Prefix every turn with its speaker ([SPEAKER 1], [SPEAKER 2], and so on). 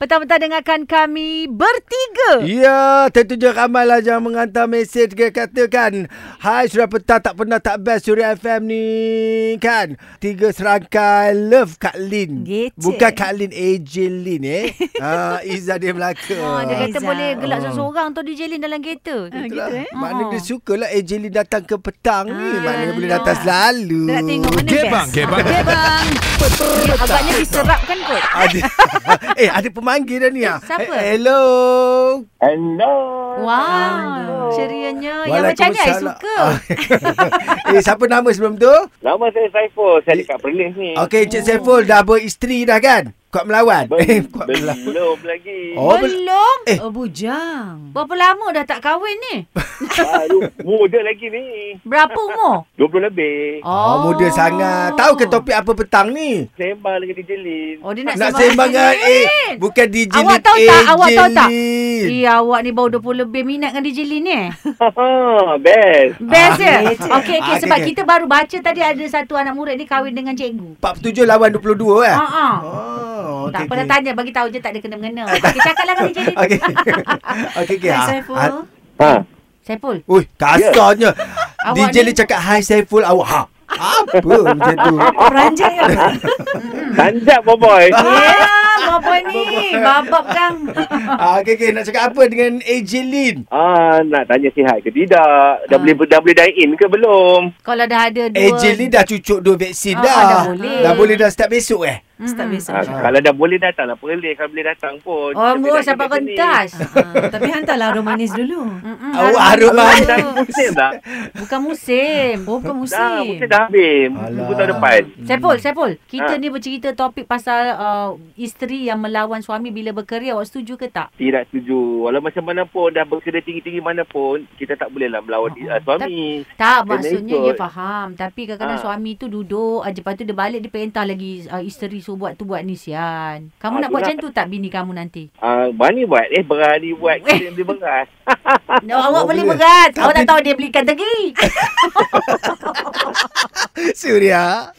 [SPEAKER 1] Petang-petang dengarkan kami bertiga.
[SPEAKER 2] Ya, tentunya ramailah yang menghantar mesej ke katakan Hai Suria Petang tak pernah tak best Suria FM ni kan Tiga serangkai love Kak Lin
[SPEAKER 1] Gece.
[SPEAKER 2] Bukan Kak Lin, AJ Lin eh uh, Izzah dia Melaka
[SPEAKER 1] Ha, dia kata
[SPEAKER 3] Aizah.
[SPEAKER 1] boleh gelak
[SPEAKER 2] Ah.
[SPEAKER 1] seorang-seorang tu DJ Lin dalam kereta.
[SPEAKER 3] Ah, gitu
[SPEAKER 2] Itulah.
[SPEAKER 3] eh.
[SPEAKER 2] Maknanya
[SPEAKER 1] Oh.
[SPEAKER 2] dia sukalah AJ Lin datang ke petang ni
[SPEAKER 1] Ah,
[SPEAKER 2] Maknanya boleh
[SPEAKER 1] betul.
[SPEAKER 2] datang selalu
[SPEAKER 3] Dia nak tengok mana
[SPEAKER 4] Gebang,
[SPEAKER 3] best.
[SPEAKER 4] gebang.
[SPEAKER 1] Gebang. Dia agaknya diserapkan kot.
[SPEAKER 2] ada, Eh ada pemanggil dah ni ah.
[SPEAKER 1] Siapa?
[SPEAKER 2] Eh, Hello
[SPEAKER 5] Hello.
[SPEAKER 1] Wow, cerianya. Oh, Yang macam ni I
[SPEAKER 2] Waalaikumsalam.
[SPEAKER 1] suka.
[SPEAKER 2] Ah. eh siapa nama sebelum tu?
[SPEAKER 5] Nama saya Saiful.
[SPEAKER 1] Eh.
[SPEAKER 5] Saya dekat Perlis ni.
[SPEAKER 2] Okey
[SPEAKER 1] Oh.
[SPEAKER 2] Encik Saiful dah beristeri dah kan? Kuat melawan. Eh,
[SPEAKER 5] Be-
[SPEAKER 2] kuat melawan.
[SPEAKER 5] belum lagi.
[SPEAKER 2] Oh, bel-
[SPEAKER 1] Belum.
[SPEAKER 2] Eh.
[SPEAKER 3] Oh, bujang.
[SPEAKER 1] Berapa lama dah tak kahwin ni?
[SPEAKER 5] Baru Ah, muda lagi ni.
[SPEAKER 1] Berapa umur?
[SPEAKER 5] 20 lebih.
[SPEAKER 2] oh, oh muda sangat. Tahu ke topik apa petang ni?
[SPEAKER 5] Sembang dengan DJ Lin.
[SPEAKER 1] Oh, dia nak,
[SPEAKER 2] Nak sembang dengan eh bukan DJ
[SPEAKER 1] Awak
[SPEAKER 2] Lin,
[SPEAKER 1] tahu tak?
[SPEAKER 2] AJ
[SPEAKER 1] Awak tahu tak?
[SPEAKER 2] Lin.
[SPEAKER 1] Ya, awak ni baru 20 lebih minat dengan DJ Lin eh?
[SPEAKER 5] Ha, Best.
[SPEAKER 1] Best
[SPEAKER 2] Ah,
[SPEAKER 1] ya?
[SPEAKER 2] betul.
[SPEAKER 1] Okey, okey.
[SPEAKER 2] Ah,
[SPEAKER 1] Sebab
[SPEAKER 2] okey, okey.
[SPEAKER 1] kita baru baca tadi ada satu anak murid ni kahwin dengan cikgu.
[SPEAKER 2] 47 lawan 22 eh?
[SPEAKER 1] Ha ah.
[SPEAKER 2] Oh,
[SPEAKER 1] Tak
[SPEAKER 2] okey,
[SPEAKER 1] pernah
[SPEAKER 2] okey.
[SPEAKER 1] tanya, bagi tahu je tak ada kena-mengena. Okey, cakaplah dengan DJ Lin.
[SPEAKER 2] Okey. Okey okey.
[SPEAKER 3] Hai,
[SPEAKER 2] Ah,
[SPEAKER 3] Saiful.
[SPEAKER 2] ah,
[SPEAKER 5] Ha.
[SPEAKER 1] Saiful.
[SPEAKER 2] Ui, kasarnya.
[SPEAKER 1] Awak
[SPEAKER 2] DJ
[SPEAKER 1] ni-
[SPEAKER 2] ni cakap hi Saiful awak. Ha. Apa macam tu?
[SPEAKER 3] Peranjang ya.
[SPEAKER 5] Tanjak boy.
[SPEAKER 1] Ya, bapa ni. Babak kang.
[SPEAKER 2] Ah, okey okey nak cakap apa dengan AJ Lin?
[SPEAKER 5] Ah, nak tanya sihat ke tidak?
[SPEAKER 1] Ah.
[SPEAKER 5] Dah boleh dah boleh dine in ke belum?
[SPEAKER 1] Kalau dah ada dua.
[SPEAKER 2] AJ Lin dah cucuk dua
[SPEAKER 1] Ah,
[SPEAKER 2] vaksin dah.
[SPEAKER 1] dah boleh.
[SPEAKER 2] Dah boleh dah start besok eh?
[SPEAKER 1] Mm-mm.
[SPEAKER 3] Start besok.
[SPEAKER 5] Ah,
[SPEAKER 2] Ah.
[SPEAKER 5] kalau dah boleh datang lah Perlis kalau boleh datang pun.
[SPEAKER 1] Oh,
[SPEAKER 5] Kita
[SPEAKER 1] ngurus
[SPEAKER 5] dah
[SPEAKER 1] sampai
[SPEAKER 5] macam ni.
[SPEAKER 1] kentas.
[SPEAKER 3] Ah, tapi hantarlah aroma manis dulu.
[SPEAKER 1] Mm-mm,
[SPEAKER 2] Oh,
[SPEAKER 1] harum.
[SPEAKER 2] aroma.
[SPEAKER 5] Dah musim dah.
[SPEAKER 1] Bukan musim.
[SPEAKER 3] Oh, bukan musim.
[SPEAKER 5] Dah, musim dah habis. Musim tahun depan.
[SPEAKER 1] Saiful, Saiful. Kita
[SPEAKER 5] Ah.
[SPEAKER 1] ni bercerita topik pasal uh, isteri yang melawan suami bila berkeria. Awak setuju ke tak?
[SPEAKER 5] Tidak setuju. Walau macam mana pun, dah berkedai tinggi-tinggi mana pun, kita tak bolehlah melawan uh, suami.
[SPEAKER 1] Tak,
[SPEAKER 5] Kena
[SPEAKER 1] maksudnya
[SPEAKER 5] ikut.
[SPEAKER 1] dia faham. Tapi kadang-kadang
[SPEAKER 5] Ah.
[SPEAKER 1] suami tu duduk. ah, Lepas tu dia balik, dia perintah lagi uh, isteri suruh buat tu buat ni sian. Kamu
[SPEAKER 5] Ah,
[SPEAKER 1] nak buat
[SPEAKER 5] itulah.
[SPEAKER 1] macam tu tak bini kamu nanti?
[SPEAKER 5] Ah, berani buat. Eh, berani buat. Kita beli beras.
[SPEAKER 1] No, awak
[SPEAKER 2] Oh,
[SPEAKER 1] boleh
[SPEAKER 2] boleh.
[SPEAKER 1] berat. Awak tak
[SPEAKER 2] Tapi-
[SPEAKER 1] tahu dia belikan tegi.
[SPEAKER 2] Suria.